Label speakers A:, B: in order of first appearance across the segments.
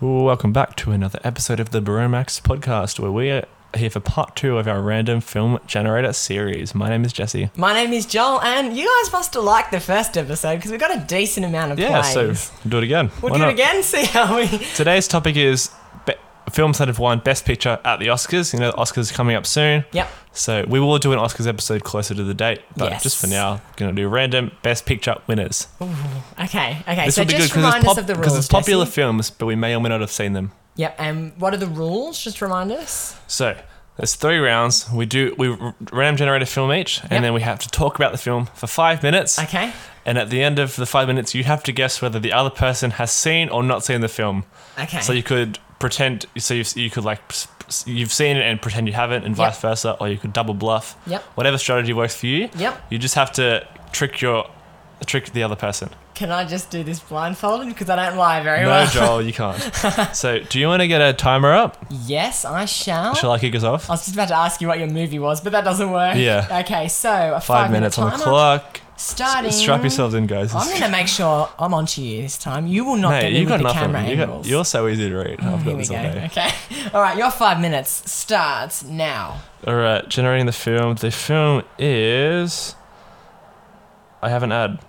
A: Welcome back to another episode of the Baromax podcast, where we are here for part two of our random film generator series. My name is Jesse.
B: My name is Joel, and you guys must have liked the first episode because we got a decent amount of
A: Yeah,
B: plays.
A: so do it again.
B: we'll
A: Why
B: do
A: not?
B: it again. See how we.
A: Today's topic is be- films that have won Best Picture at the Oscars. You know, the Oscars are coming up soon.
B: Yep.
A: So we will do an Oscars episode closer to the date, but
B: Yes.
A: just for now, going to do random Best Picture winners.
B: Okay. Okay.
A: this
B: so
A: will be good
B: just
A: because
B: remind
A: it's, pop-
B: us of the
A: 'cause
B: rules.
A: it's popular
B: Jesse.
A: films, but we may or may not have seen them.
B: Yep. And what are the rules? Just remind us.
A: So there's three rounds. We do we r- random generate a film each, and
B: Yep.
A: then we have to talk about the film for five minutes.
B: Okay.
A: And at the end of the five minutes, you have to guess whether the other person has seen or not seen the film.
B: Okay.
A: So you could pretend. So you, you could like s- s- you've seen it and pretend you haven't, and vice
B: Yep.
A: versa, or you could double bluff.
B: Yep.
A: Whatever strategy works for you.
B: Yep.
A: You just have to trick your trick the other person.
B: Can I just do this blindfolded because I don't lie very
A: no,
B: well?
A: Joel, you can't. so do you want to get a timer up?
B: Yes, I shall.
A: Shall I kick us off?
B: I was just about to ask you what your movie was, but that doesn't work.
A: Yeah.
B: Okay. So a five,
A: Five, minutes
B: minute
A: on the
B: timer,
A: clock.
B: Starting.
A: Strap yourselves in, guys.
B: I'm gonna make sure I'm onto you this time. You will not get
A: Mate,
B: me
A: you've
B: with
A: got
B: the
A: nothing.
B: camera
A: You got,
B: angles.
A: you're so easy to read. I've
B: Here
A: got
B: we
A: this
B: go.
A: all day.
B: Okay. All right, your five minutes starts now.
A: All right, generating the film. The film is. I have an ad.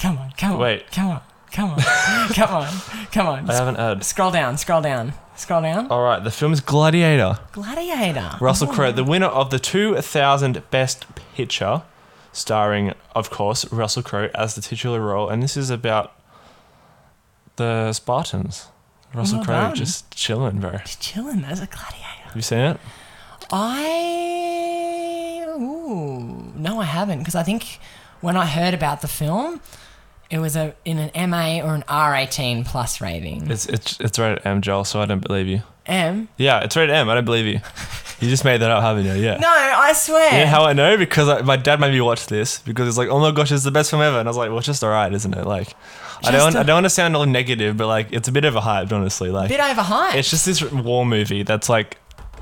B: Come on, come on.
A: Wait. Um,
B: Come on, come on, come on, come on.
A: I have an ad.
B: Scroll down, scroll down, scroll down.
A: All right, the film is Gladiator.
B: Gladiator.
A: Russell Crowe, the winner of the 2000 Best Picture, starring, of course, Russell Crowe as the titular role. And this is about the Spartans. Russell
B: Well
A: Crowe
B: done.
A: just chilling, bro. Have
B: Just chilling as a gladiator.
A: you seen it?
B: I. Ooh. No, I haven't, because I think when I heard about the film, it was a in an MA or an R18 plus rating.
A: It's it's it's rated M, Joel. So I don't believe you.
B: M?
A: Yeah, it's rated M. I don't believe you. You just made that up, haven't you? Yeah.
B: No, I swear.
A: You know how I know? Because I, my dad made me watch this because it's like, oh my gosh, it's the best film ever, and I was like, well, it's just alright, isn't it? Like, I don't,
B: Just a-
A: I don't want to sound all negative, but like, it's a bit of a hype, honestly. Like,
B: Bit overhyped.
A: it's just this war movie that's like,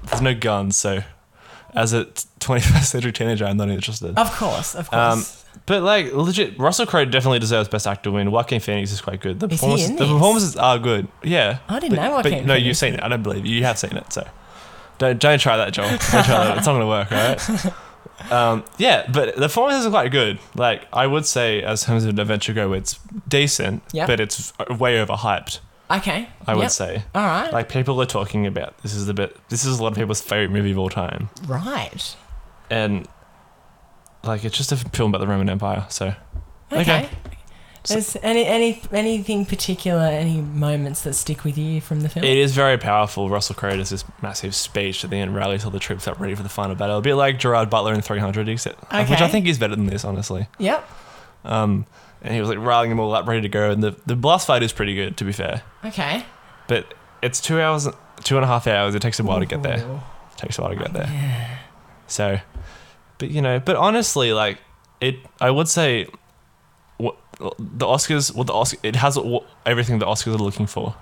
A: there's no guns, so as a 21st century teenager, I'm not interested.
B: of course, of course.
A: Um, but like, legit, Russell Crowe definitely deserves Best Actor win. Joaquin Phoenix is quite good. The
B: he
A: performances,
B: in
A: the
B: this?
A: performances are good. Yeah,
B: I didn't
A: but,
B: know
A: But
B: Joaquin
A: no,
B: Phoenix
A: you've seen it. I don't believe you. You have seen it, so don't don't try that, Joel. Don't try that. It's not gonna work, right? Um, yeah, but the performances are quite good. Like I would say, as terms of an adventure go, it's decent,
B: Yep.
A: but it's way overhyped.
B: okay.
A: I would
B: Yep.
A: say.
B: All right.
A: Like people are talking about this is the bit. This is a lot of people's favorite movie of all time,
B: right.
A: and like it's just a film about the Roman Empire. So
B: Okay.
A: Okay.
B: Is any any anything particular? Any moments that stick with you from the film?
A: It is very powerful. Russell Crowe does this massive speech at the end, rallies all the troops up ready for the final battle. A bit like Gerard Butler in 300, except, which
B: Okay.
A: I think is better than this, honestly.
B: yep.
A: Um, and he was like rallying them all up, ready to go. And the, the blast fight is pretty good, to be fair.
B: Okay.
A: But it's two hours, two and a half hours. It takes a while to get there. It
B: Ooh.
A: takes a while to get there. So, but you know, but honestly, like it, I would say, what the Oscars, what the Oscar, it has wh- everything the Oscars are looking for,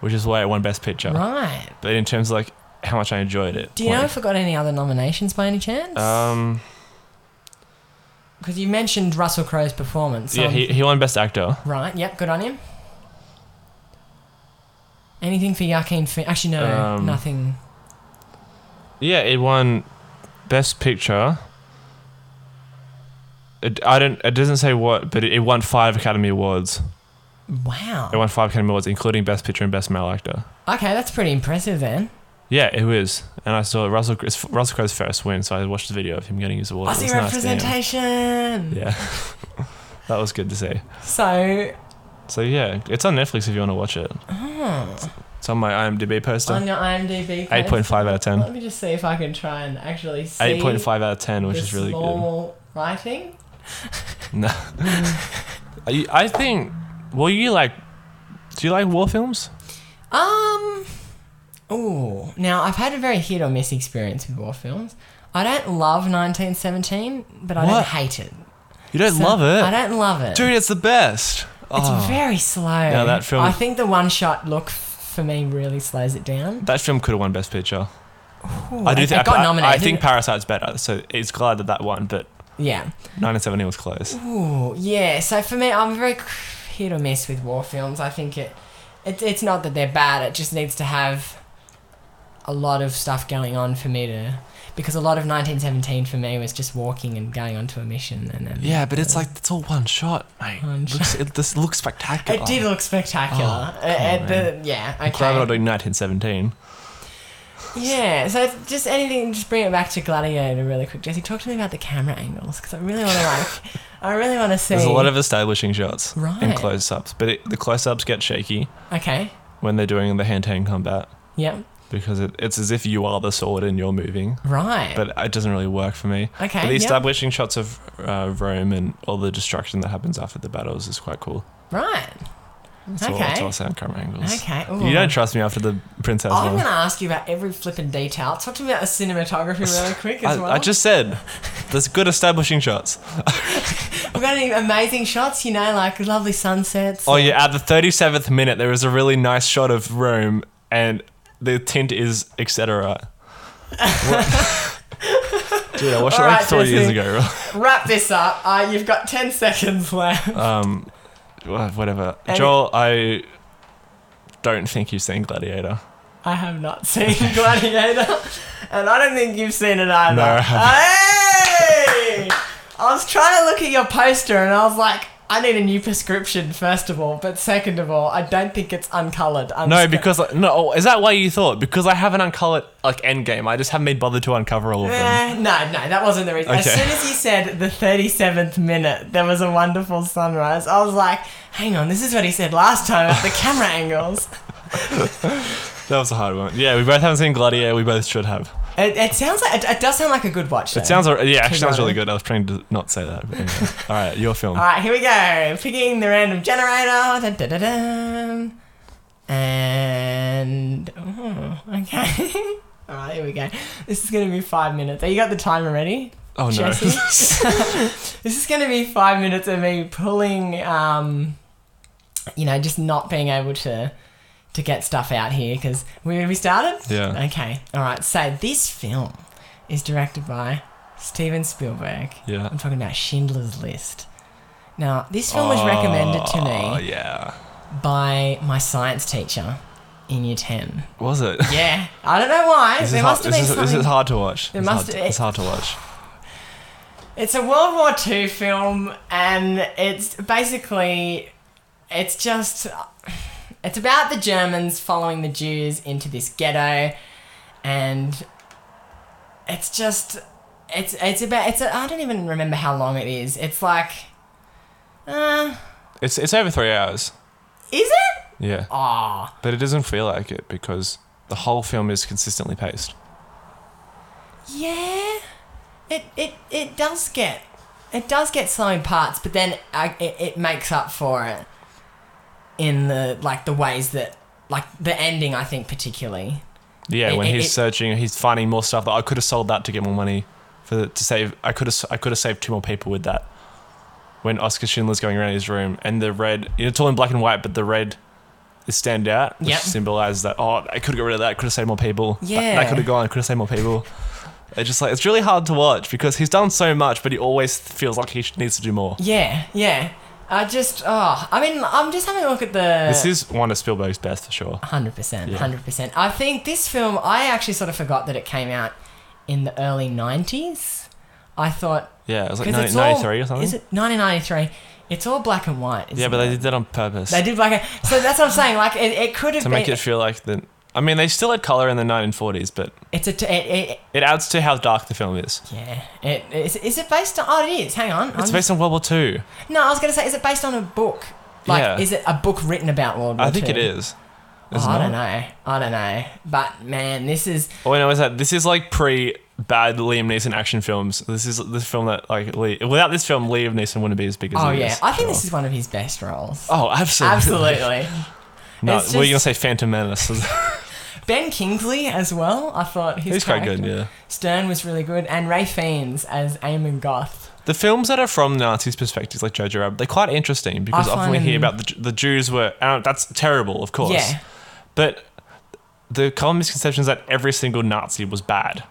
A: which is why it won Best Picture
B: Right.
A: but in terms of like how much I enjoyed it.
B: Do you know
A: like,
B: if it got any other nominations by any chance?
A: Um,
B: Because you mentioned Russell Crowe's performance.
A: yeah,
B: on-
A: he, he won Best Actor.
B: right. Yep. Good on him. Anything for Joaquin? Phoenix? Actually, no.
A: Um,
B: nothing.
A: Yeah, it won Best Picture. It, I don't. It doesn't say what, but it, it won five Academy Awards.
B: Wow.
A: It won five Academy Awards, including Best Picture and Best Male Actor.
B: Okay, that's pretty impressive then.
A: Yeah, it was, and I saw Russell. It's Russell Crowe's first win, so I watched the video of him getting his award. It
B: Aussie
A: was nice to him.
B: representation.
A: Yeah, that was good to see.
B: So
A: So yeah, it's on Netflix if you want to watch it. It's on my IMDb poster.
B: on your IMDb,
A: Eight point five out of ten.
B: Let me just see if I can try and actually see.
A: Eight point five out of ten, which is really good.
B: small writing.
A: No, Are you- I think. Well, you like. Do you like war films?
B: Um. Ooh. Now I've had a very hit or miss experience with war films. I don't love 1917, but I don't
A: What?
B: hate it.
A: You don't
B: So-
A: love
B: I
A: it,
B: don't love it.
A: dude. It's the best.
B: It's
A: Oh,
B: very slow.
A: Now that film-
B: I think the one-shot look f- for me really slows it down.
A: that film could have won Best Picture.
B: Ooh,
A: I do.
B: it-
A: Think,
B: it got
A: I,
B: nominated.
A: I think Parasite's better, so it's glad that that won. But
B: Yeah.
A: 1917 was close.
B: Ooh, yeah. So for me, I'm very hit or miss with war films. I think it It's it's not that they're bad. It just needs to have a lot of stuff going on for me to because a lot of 1917 for me was just walking and going onto a mission and then
A: Yeah, but it's like it's all one shot, mate.
B: One
A: Looks- it- this looks spectacular.
B: It did look spectacular.
A: Oh,
B: Uh,
A: come
B: uh,
A: on,
B: the- yeah, okay.
A: I'm glad we're not doing 1917.
B: Yeah, so it's just anything, just bring it back to Gladiator really quick. Jesse, talk to me about the camera angles because I really want to like, I really want to see.
A: There's a lot of establishing shots
B: Right.
A: and close-ups, but it, the close-ups get shaky
B: Okay.
A: when they're doing the hand-to-hand combat
B: Yeah.
A: because it, it's as if you are the sword and you're moving.
B: Right.
A: But it doesn't really work for me.
B: okay.
A: But the
B: yeah.
A: establishing shots of uh, Rome and all the destruction that happens after the battles is quite cool.
B: Right.
A: It's all, it's
B: Okay.
A: all sound camera angles.
B: Okay.
A: You
B: ooh.
A: don't trust me after the princess
B: I'm
A: one.
B: going to ask you about every flipping detail. Talk to me about the cinematography really quick as
A: I,
B: well.
A: I just said there's good establishing shots.
B: We've got any amazing shots, you know, like lovely sunsets.
A: Oh yeah, at the 37th minute there is a really nice shot of Rome and the tint is etc. What- Dude, I watched it
B: All
A: like
B: right,
A: four years
B: Jesse.
A: ago.
B: Wrap this up. Uh, you've got 10 seconds left.
A: um, wha- whatever.
B: And-
A: Joel, I don't think you've seen Gladiator.
B: I have not seen Gladiator, and I don't think you've seen it either.
A: No, I
B: Hey! I was trying to look at your poster, and I was like, I need a new prescription first of all, but second of all, I don't think it's uncolored. I'm
A: No,
B: just gonna-
A: because no. oh, Is that why you thought? Because I haven't uncovered like Endgame. I just haven't been bothered to uncover all of them.
B: Eh, no, no, that wasn't the reason. As
A: Okay.
B: soon as you said the 37th minute, there was a wonderful sunrise, I was like, hang on, this is what he said last time at the camera angles.
A: That was a hard one. Yeah, we both haven't seen Gladiator. We both should have.
B: It, it sounds like, it, it does sound like a good watch. Though.
A: It sounds. al- Yeah, actually,
B: Keep
A: sounds really
B: going.
A: good. I was trying to not say that. But anyway. all right, your film.
B: All right, here we go. Picking the random generator. Dun, dun, dun, dun. And oh, okay. All right, here we go. This is gonna be five minutes. Are you got the timer ready?
A: Oh no.
B: Jesse? this is gonna be five minutes of me pulling, um, you know, just not being able to to get stuff out here because we we started.
A: yeah.
B: Okay. All right. So this film is directed by Steven Spielberg.
A: Yeah.
B: I'm talking about Schindler's List. Now, this film was recommended to
A: Oh,
B: me
A: yeah.
B: by my science teacher in Year 10.
A: Was it?
B: Yeah, I don't know why.
A: This is
B: there
A: hard-
B: must have
A: this
B: been
A: is-
B: something.
A: This is hard to watch.
B: There
A: It's
B: must
A: hard-
B: have-
A: It's hard to watch.
B: It's a World War II film, and it's basically, it's just, it's about the Germans following the Jews into this ghetto, and it's just, it's it's about it's a, I don't even remember how long it is. It's like, uh,
A: It's it's over three hours.
B: is it?
A: Yeah,
B: Ah.
A: but it doesn't feel like it because the whole film is consistently paced.
B: Yeah, it it it does get it does get slow in parts, but then I, it it makes up for it in the like the ways that like the ending I think particularly.
A: Yeah,
B: It-
A: when
B: it-
A: he's
B: it-
A: searching, he's finding more stuff. That I could have sold that to get more money for the, to save. I could have I could have saved two more people with that. When Oscar Schindler's going around his room and the red, it's all in black and white, but the red is stand out, which
B: Yep.
A: symbolizes that. Oh, I could have got rid of that. Could have saved more people. That- that,
B: Yeah.
A: could have gone. Could have saved more people. It's just like it's really hard to watch because he's done so much, but he always feels like he sh- needs to do more.
B: Yeah, yeah. I just oh, I mean, I'm just having a look at the.
A: This is one of Spielberg's best for sure.
B: Hundred percent,
A: Yeah.
B: hundred percent. I think this film, I actually sort of forgot that it came out in the early '90s. I thought
A: Yeah, it was like
B: 'cause
A: 90,
B: it's all-
A: 93 or something.
B: Is it 1993? It's all black and white.
A: yeah,
B: isn't
A: but
B: it?
A: they did that on purpose.
B: They did black. and- So that's what I'm saying. Like it, it could have
A: to
B: been.
A: make it feel like the. I mean, they still had color in the 1940s, but
B: it's a. T- it, it,
A: it adds to how dark the film is.
B: yeah. It, is, is it based on? Oh, it is. Hang on.
A: It's
B: I'm-
A: based on World War Two.
B: no, I was gonna say, is it based on a book? Like,
A: Yeah.
B: is it a book written about World War
A: I think
B: Two?
A: it is.
B: Oh,
A: Is it Oh,
B: I don't
A: not?
B: know. I don't know. But man, this is.
A: All I know is that this is like pre bad Liam Neeson action films. This is this film that like Lee, without this film, Liam Neeson wouldn't be as big as.
B: Oh
A: he
B: yeah,
A: is.
B: I think this is one of his best roles.
A: Oh, absolutely.
B: Absolutely.
A: No,
B: It's
A: we're gonna
B: just-
A: say Phantom Menace.
B: ben Kingsley as well. I thought his
A: He's quite
B: character-
A: good. Yeah.
B: Stern was really good, and Ray Fiennes as Eamon Goth.
A: The films that are from Nazis' perspectives, like Jojo Rabbit, they're quite interesting because often we
B: find-
A: hear about the, Ju- the Jews were. Uh, that's terrible, of course.
B: Yeah,
A: But the common misconception is that every single Nazi was bad.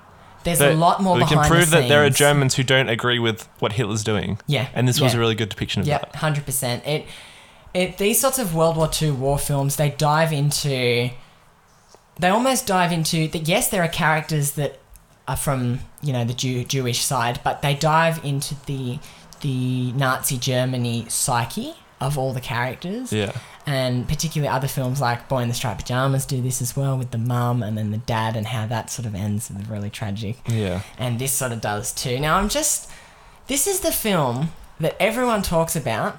B: there's
A: But
B: a lot more.
A: We can
B: behind the
A: prove that there are
B: scenes.
A: Germans who don't agree with what Hitler's doing.
B: Yeah,
A: And this was
B: yeah.
A: a really good depiction of
B: Yeah,
A: that.
B: hundred percent. It it, these sorts of World War II war films, they dive into. They almost dive into that. Yes, there are characters that are from you know the Jew, Jewish side, but they dive into the the Nazi Germany psyche of all the characters,
A: Yeah.
B: and particularly other films like Boy in the Striped Pajamas do this as well with the mum and then the dad and how that sort of ends with really tragic
A: Yeah.
B: and this sort of does too. Now I'm just this is the film that everyone talks about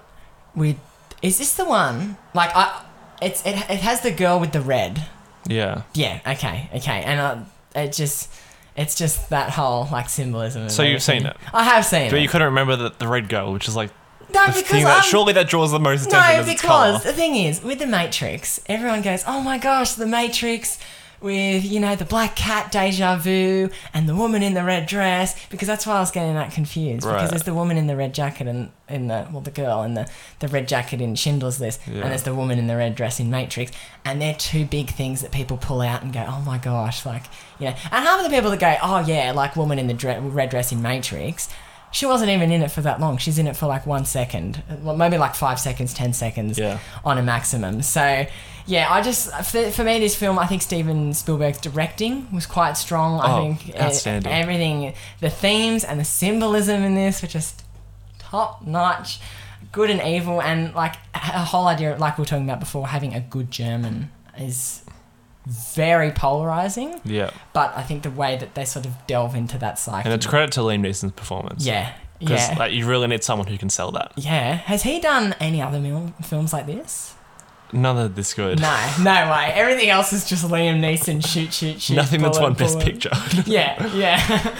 B: with is this the one? Like I it's it, it has the girl with the red.
A: Yeah.
B: Yeah, okay. Okay. And I, it just it's just that whole like symbolism. and
A: So you've
B: everything.
A: seen it?
B: I have seen
A: But
B: it.
A: you couldn't remember the, the red girl, which is like
B: no,
A: the
B: Uh, because
A: thing that
B: I'm-
A: surely that draws the most attention.
B: no,
A: is its
B: because
A: colour.
B: the thing is, with the Matrix, everyone goes, "Oh my gosh, the Matrix!" With you know the black cat, deja vu, and the woman in the red dress, because that's why I was getting that confused.
A: Right.
B: Because there's the woman in the red jacket and in the well, the girl in the the red jacket in Schindler's List,
A: Yeah.
B: and there's the woman in the red dress in Matrix, and they're two big things that people pull out and go, "Oh my gosh!" Like you know, and half of the people that go, "Oh yeah," like woman in the dre- red dress in Matrix, she wasn't even in it for that long. She's in it for like one second, well, maybe like five seconds, ten seconds
A: Yeah.
B: on a maximum. So, yeah, I just for, for me this film, I think Steven Spielberg's directing was quite strong. I
A: Oh,
B: think uh,
A: outstanding.
B: everything, the themes and the symbolism in this were just top notch. Good and evil, and like a whole idea, of, like we were talking about before, having a good German is very polarizing.
A: Yeah.
B: But I think the way that they sort of delve into that psyche,
A: And it's credit to Liam Neeson's performance.
B: yeah,
A: Because
B: yeah.
A: like, you really need someone who can sell that.
B: Yeah. Has he done any other mil- films like this?
A: None of this good.
B: No, no way. Everything else is just Liam Neeson shoot, shoot, shoot.
A: Nothing that's
B: bullet,
A: won Best
B: bullet.
A: Picture.
B: Yeah, yeah.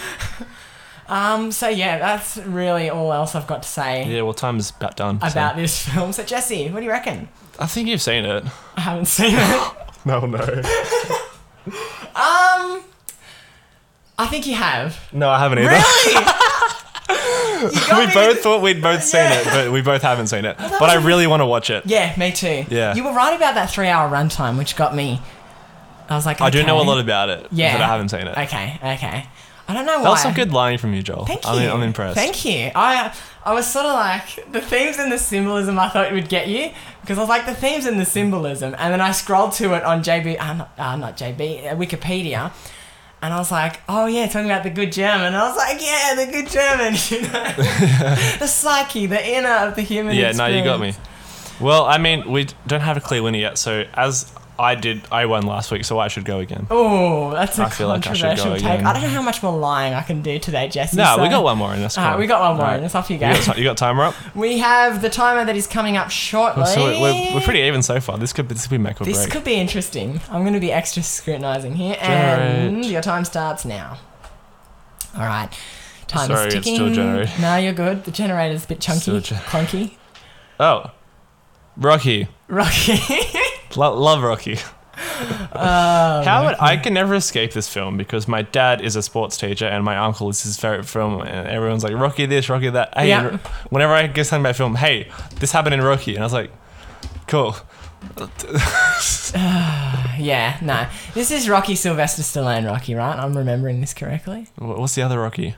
B: um. So yeah, that's really all else I've got to say
A: yeah, well, time's about done. so-
B: about this film. So Jesse, what do you reckon?
A: I think you've seen it.
B: I haven't seen it.
A: No, no.
B: um. I think you have.
A: No, I haven't either.
B: You got
A: we
B: me
A: both
B: with-
A: thought we'd both seen it, but we both haven't seen it. But I really want to watch it.
B: Yeah, me too.
A: Yeah.
B: You were right about that three-hour runtime, which got me. I was like,
A: I do know a
B: okay.
A: lot about it,
B: Yeah.
A: but I haven't seen it.
B: Okay, okay. I don't know why.
A: That was some good lying from you, Joel.
B: Thank you.
A: I'm, I'm impressed.
B: Thank you. I I was sort of like the themes and the symbolism I thought would get you because I was like the themes and the symbolism, and then I scrolled to it on JB, uh, not, uh, not JB, uh, Wikipedia, and I was like, oh yeah, talking about the good German. I was like, yeah, the good German, you know, the psyche, the inner of the human.
A: Yeah, no, you got me.
B: experience.
A: Well, I mean, we don't have a clear winner yet, so as I did, I won last week, so I should go again.
B: Oh, that's a
A: I feel like I should go
B: controversial take.
A: again.
B: I don't know how much more lying I can do today, Jesse.
A: No,
B: so-
A: we got one more in us.
B: Alright, we got one more in us.
A: this.
B: Off you
A: You
B: go.
A: got, ti- you got timer up?
B: We have the timer that is coming up shortly.
A: So Oh, we're, we're, we're pretty even so far. This could, be- this could be make or
B: This
A: break.
B: could be interesting. I'm going to be extra scrutinizing here, and
A: Generate.
B: your time starts now. All right, time
A: Sorry,
B: is
A: it's
B: ticking.
A: still generating.
B: No, you're good. The generator's a bit chunky,
A: Still gen-
B: clunky,
A: oh, Rocky.
B: rocky.
A: Lo- love Rocky.
B: Oh,
A: How would I can never escape this film because my dad is a sports teacher and my uncle is his favorite film and everyone's like Rocky this, Rocky that. Hey,
B: Yeah.
A: and whenever I get something about film, hey, this happened in Rocky, and I was like, cool.
B: yeah, no. This is Rocky Sylvester Stallone Rocky, right? I'm remembering this correctly.
A: Wh- What's the other Rocky?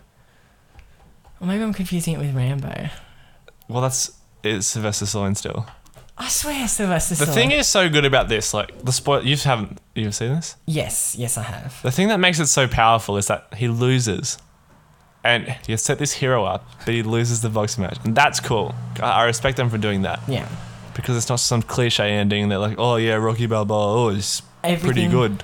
B: Or maybe I'm confusing it with Rambo.
A: Well, that's it's Sylvester Stallone still.
B: I swear, Sylvester
A: The
B: Stallone.
A: thing is so good about this, like the spoil. You haven't you've seen this.
B: yes, yes, I have.
A: The thing that makes it so powerful is that he loses, and you set this hero up, but he loses the boxing match, and that's cool. I I respect them for doing that.
B: Yeah.
A: because it's not some cliche ending that like, oh yeah, Rocky Balboa, oh, it's pretty
B: Everything-
A: good.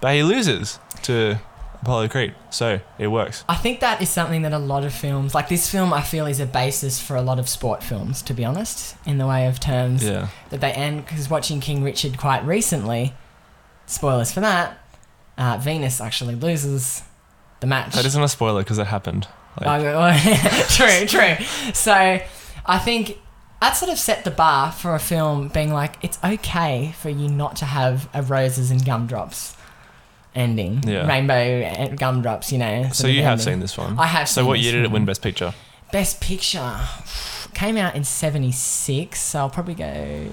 A: But he loses to Apollo Creed, so it works.
B: I think that is something that a lot of films, like this film, I feel is a basis for a lot of sport films, to be honest, in the way of terms
A: Yeah,
B: that they end. Because watching King Richard quite recently, spoilers for that, uh, Venus actually loses the match.
A: that isn't a spoiler because it happened. Like,
B: Oh, true, true. So I think that sort of set the bar for a film being like, it's okay for you not to have a roses and gumdrops ending,
A: Yeah.
B: rainbow and gumdrops, you know.
A: so you have seen this one.
B: I have
A: So
B: seen
A: what
B: this
A: year did it
B: one.
A: win Best Picture?
B: Best Picture came out in 76, so I'll probably go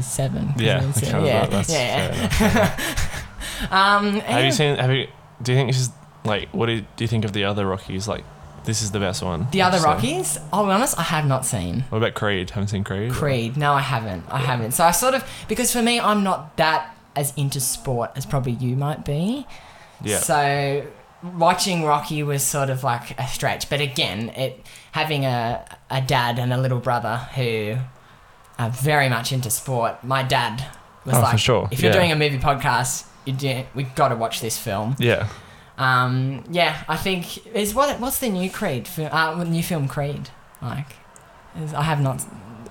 B: 77. 'cause
A: Yeah,
B: I didn't see it.
A: okay,
B: yeah,
A: that- that's fair
B: yeah.
A: enough.
B: Um,
A: Have
B: yeah.
A: you seen? Have you? Do you think this is like? What do you, do you think of the other Rockies? Like, This is the best one.
B: The other
A: So-
B: Rockies, I'll be honest, I have not seen.
A: What about Creed? Haven't seen Creed.
B: Creed. No, I haven't. I haven't. So I sort of because for me, I'm not that as into sport as probably you might be.
A: Yeah.
B: So watching Rocky was sort of like a stretch, but again, it having a a dad and a little brother who are very much into sport. My dad was
A: Oh, for
B: like,
A: sure.
B: if you're
A: Yeah.
B: doing a movie podcast, you do, we've got to watch this film.
A: yeah.
B: Um, yeah, I think is what what's the new Creed fi- uh, new film Creed like? Is, I have not.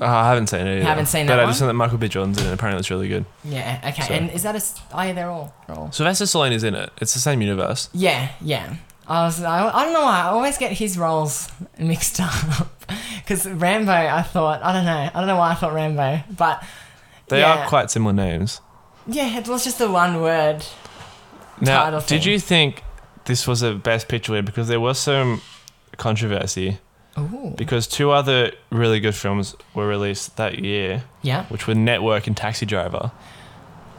A: Uh, I haven't seen it. Either.
B: haven't seen
A: but
B: that
A: I just
B: one?
A: know that Michael B. Jordan's in it. Apparently, it's really good.
B: Yeah, okay.
A: So-
B: And is that a? s- Oh, yeah, they're all. all.
A: Sylvester Stallone is in it. It's the same universe.
B: Yeah, yeah. I was. I, I don't know why I always get his roles mixed up. Because Rambo, I thought I don't know. I don't know why I thought Rambo, but
A: They
B: yeah,
A: are quite similar names.
B: Yeah, it was just the one word.
A: Now,
B: Title
A: did
B: thing.
A: you think this was a best picture winner? Because there was some controversy.
B: Ooh.
A: Because two other really good films were released that year,
B: Yeah.
A: which were Network and Taxi Driver.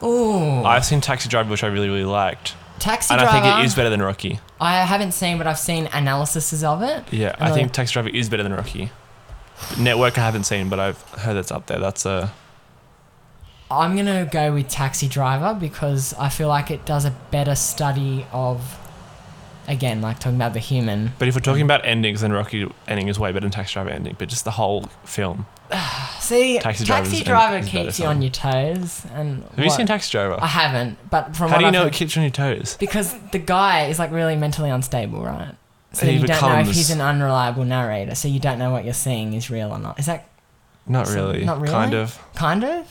B: Ooh.
A: I've seen Taxi Driver, which I really, really liked.
B: Taxi
A: And
B: driver.
A: I think it is better than Rocky.
B: I haven't seen, but I've seen analyses of it.
A: Yeah, I
B: Another-
A: think Taxi Driver is better than Rocky. Network I haven't seen, but I've heard that's up there. That's a
B: I'm gonna go with Taxi Driver because I feel like it does a better study of, again, like talking about the human.
A: But if we're
B: Mm.
A: talking about endings, then Rocky ending is way better than Taxi Driver ending. But just the whole film.
B: See,
A: Taxi
B: Taxi,
A: Driver's an-
B: Driver
A: is better
B: keeps you
A: film.
B: on your toes. And
A: Have you seen Taxi Driver?
B: I haven't, but from
A: How
B: what
A: do you
B: I've
A: know
B: heard-
A: it keeps you on your toes?
B: because the guy is like really mentally unstable, right? So
A: He
B: you don't know if
A: becomes-
B: he's an unreliable narrator, so you don't know what you're seeing is real or not. Is that
A: Not
B: So-
A: really.
B: not really?
A: Kind of.
B: kind of?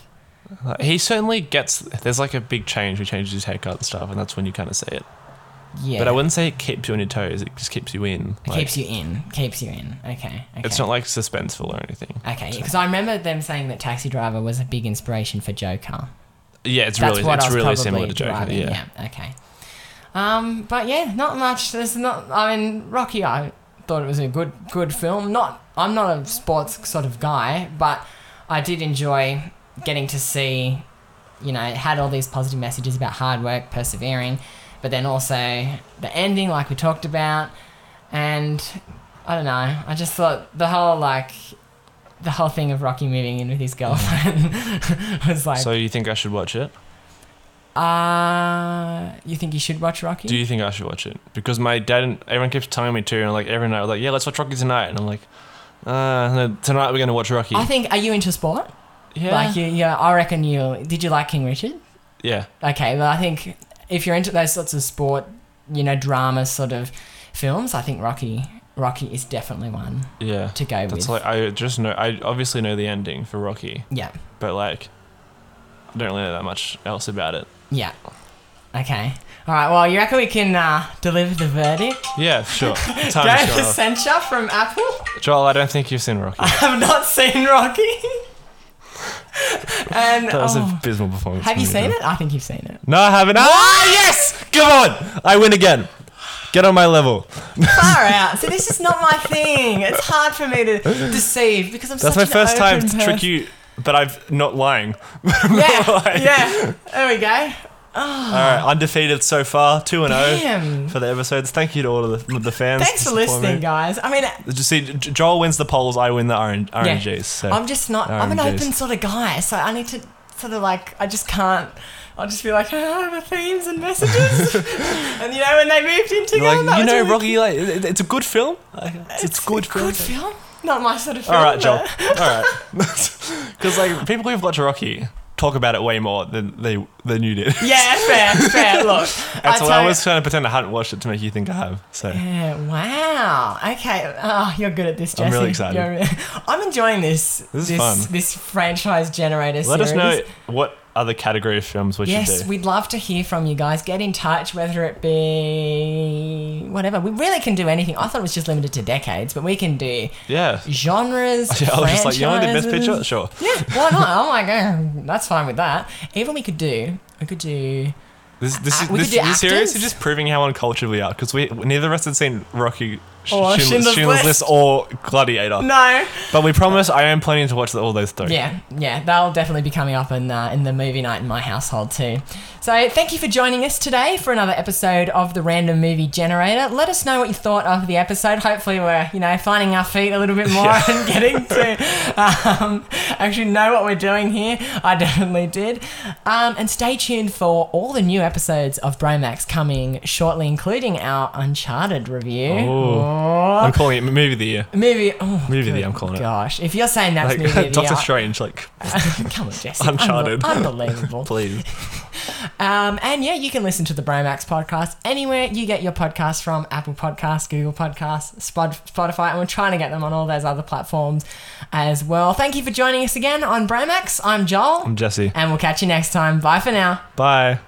A: Like, He certainly gets. There's like a big change. He changes his haircut and stuff, and that's when you kind of see it.
B: Yeah.
A: But I wouldn't say it keeps you on your toes. It just keeps you in.
B: It
A: Like,
B: keeps you in. Keeps you in. Okay. okay.
A: It's not like suspenseful or anything.
B: Okay, because I remember them saying that Taxi Driver was a big inspiration for Joker.
A: Yeah, it's
B: That's
A: really,
B: what I
A: it's
B: was
A: really
B: probably
A: similar to Joker.
B: driving,
A: yeah.
B: Okay. Um, but yeah, not much. There's not. I mean, Rocky. I thought it was a good, good film. Not. I'm not a sports sort of guy, but I did enjoy getting to see. You know, it had all these positive messages about hard work, persevering, but then also the ending, like we talked about, and I don't know. I just thought the whole like. The whole thing of Rocky moving in with his girlfriend was like
A: So you think I should watch it?
B: uh, you think you should watch Rocky?
A: Do you think I should watch it? Because my dad and everyone keeps telling me to, and like every night, like yeah, let's watch Rocky tonight, and I'm like, uh, no, tonight we're gonna watch Rocky.
B: I think. Are you into sport?
A: yeah,
B: Like you, yeah. I reckon you. Did you like King Richard?
A: yeah.
B: Okay. Well, I think if you're into those sorts of sport, you know, drama sort of films, I think Rocky, Rocky is definitely one
A: Yeah.
B: to go
A: That's
B: with.
A: like I just know I obviously know the ending for Rocky,
B: yeah.
A: but like I don't really know that much else about it.
B: Yeah. Okay. All right. Well, you reckon we can uh, deliver the verdict?
A: Yeah, sure. Time
B: Go
A: is
B: for
A: Joel.
B: censure from Apple.
A: Joel, I don't think you've seen Rocky.
B: I've not seen Rocky. and
A: That was an
B: oh,
A: abysmal performance.
B: have you
A: from me,
B: seen
A: Joel.
B: it? I think you've seen it.
A: No, I haven't. Ah, yes! Come on! I win again. Get on my level.
B: far out. So this is not my thing. It's hard for me to deceive because I'm
A: That's my
B: such an
A: first time
B: open
A: to trick
B: person.
A: you, but i have not lying.
B: Yeah,
A: Like-
B: yeah. There we go.
A: All right, undefeated so far, 2 and 0
B: Damn.
A: for the episodes. Thank you to all of the, the fans.
B: Thanks for
A: to support me.
B: listening, guys. I mean,
A: Did you see, J- Joel wins the polls, I win the RN- RNGs. So.
B: I'm just not. I'm an
A: RNGs.
B: open sort of guy, so I need to sort of like. I just can't. I'll just be like, ah, the themes and messages. and you know, when they moved in together,
A: You're like,
B: that
A: you
B: was
A: know,
B: really-
A: Rocky, like, it- it's a good film. Like, It's, it's good
B: a
A: film.
B: Good film. Not my sort of film.
A: All right, Joel. All
B: but-
A: right. Because like people who've watched Rocky talk about it way more than they than you did.
B: Yeah, fair, fair. Look,
A: That's why
B: tell
A: I
B: you-
A: was trying to pretend I hadn't watched it to make you think I have. So
B: Yeah, wow. Okay. Oh, you're good at this, Jesse.
A: I'm really excited.
B: You're re- I'm enjoying this.
A: This is
B: this,
A: fun.
B: this franchise generator
A: let us
B: series.
A: know what other category of films we
B: Yes,
A: should do.
B: we'd love to hear from you guys. Get in touch, whether it be whatever. We really can do anything. I thought it was just limited to decades, but we can do
A: yeah.
B: genres.
A: Yeah, I was just like, you want the best picture?
B: franchises.
A: Sure.
B: Yeah, why not? I'm like, eh, that's fine with that. Even we could do, we could do.
A: This this,
B: Uh,
A: is
B: we
A: this,
B: could do
A: this series
B: actors.
A: is just proving how uncultured we are because we neither of us had seen Rocky Sh- Schindler's,
B: Or Oh, Schindler's
A: Schindler's
B: List.
A: List or Gladiator.
B: No.
A: But we promise I am planning to watch all those three.
B: Yeah, yeah, that'll definitely be coming up in uh, in the movie night in my household too. So thank you for joining us today for another episode of the Random Movie Generator. Let us know what you thought of the episode. Hopefully, we're you know finding our feet a little bit more
A: Yeah.
B: and getting to um, actually know what we're doing here. I definitely did. Um, and stay tuned for all the new episodes of Bromax coming shortly, including our Uncharted review.
A: Ooh.
B: Aw.
A: Oh. I'm calling it movie of the year.
B: Movie, oh,
A: Movie of the
B: good
A: year, I'm calling it.
B: gosh! If you're saying that's
A: Like
B: movie of the
A: Doctor
B: year,
A: Strange, like
B: Come on, Jesse.
A: Uncharted.
B: Unbe- unbelievable.
A: please.
B: um, and yeah, you can listen to the Bromax podcast anywhere you get your podcast from Apple Podcasts, Google Podcasts, Spod- Spotify, and we're trying to get them on all those other platforms as well. Thank you for joining us again on Bromax. I'm Joel,
A: I'm Jesse.
B: and we'll catch you next time. Bye for now.
A: Bye.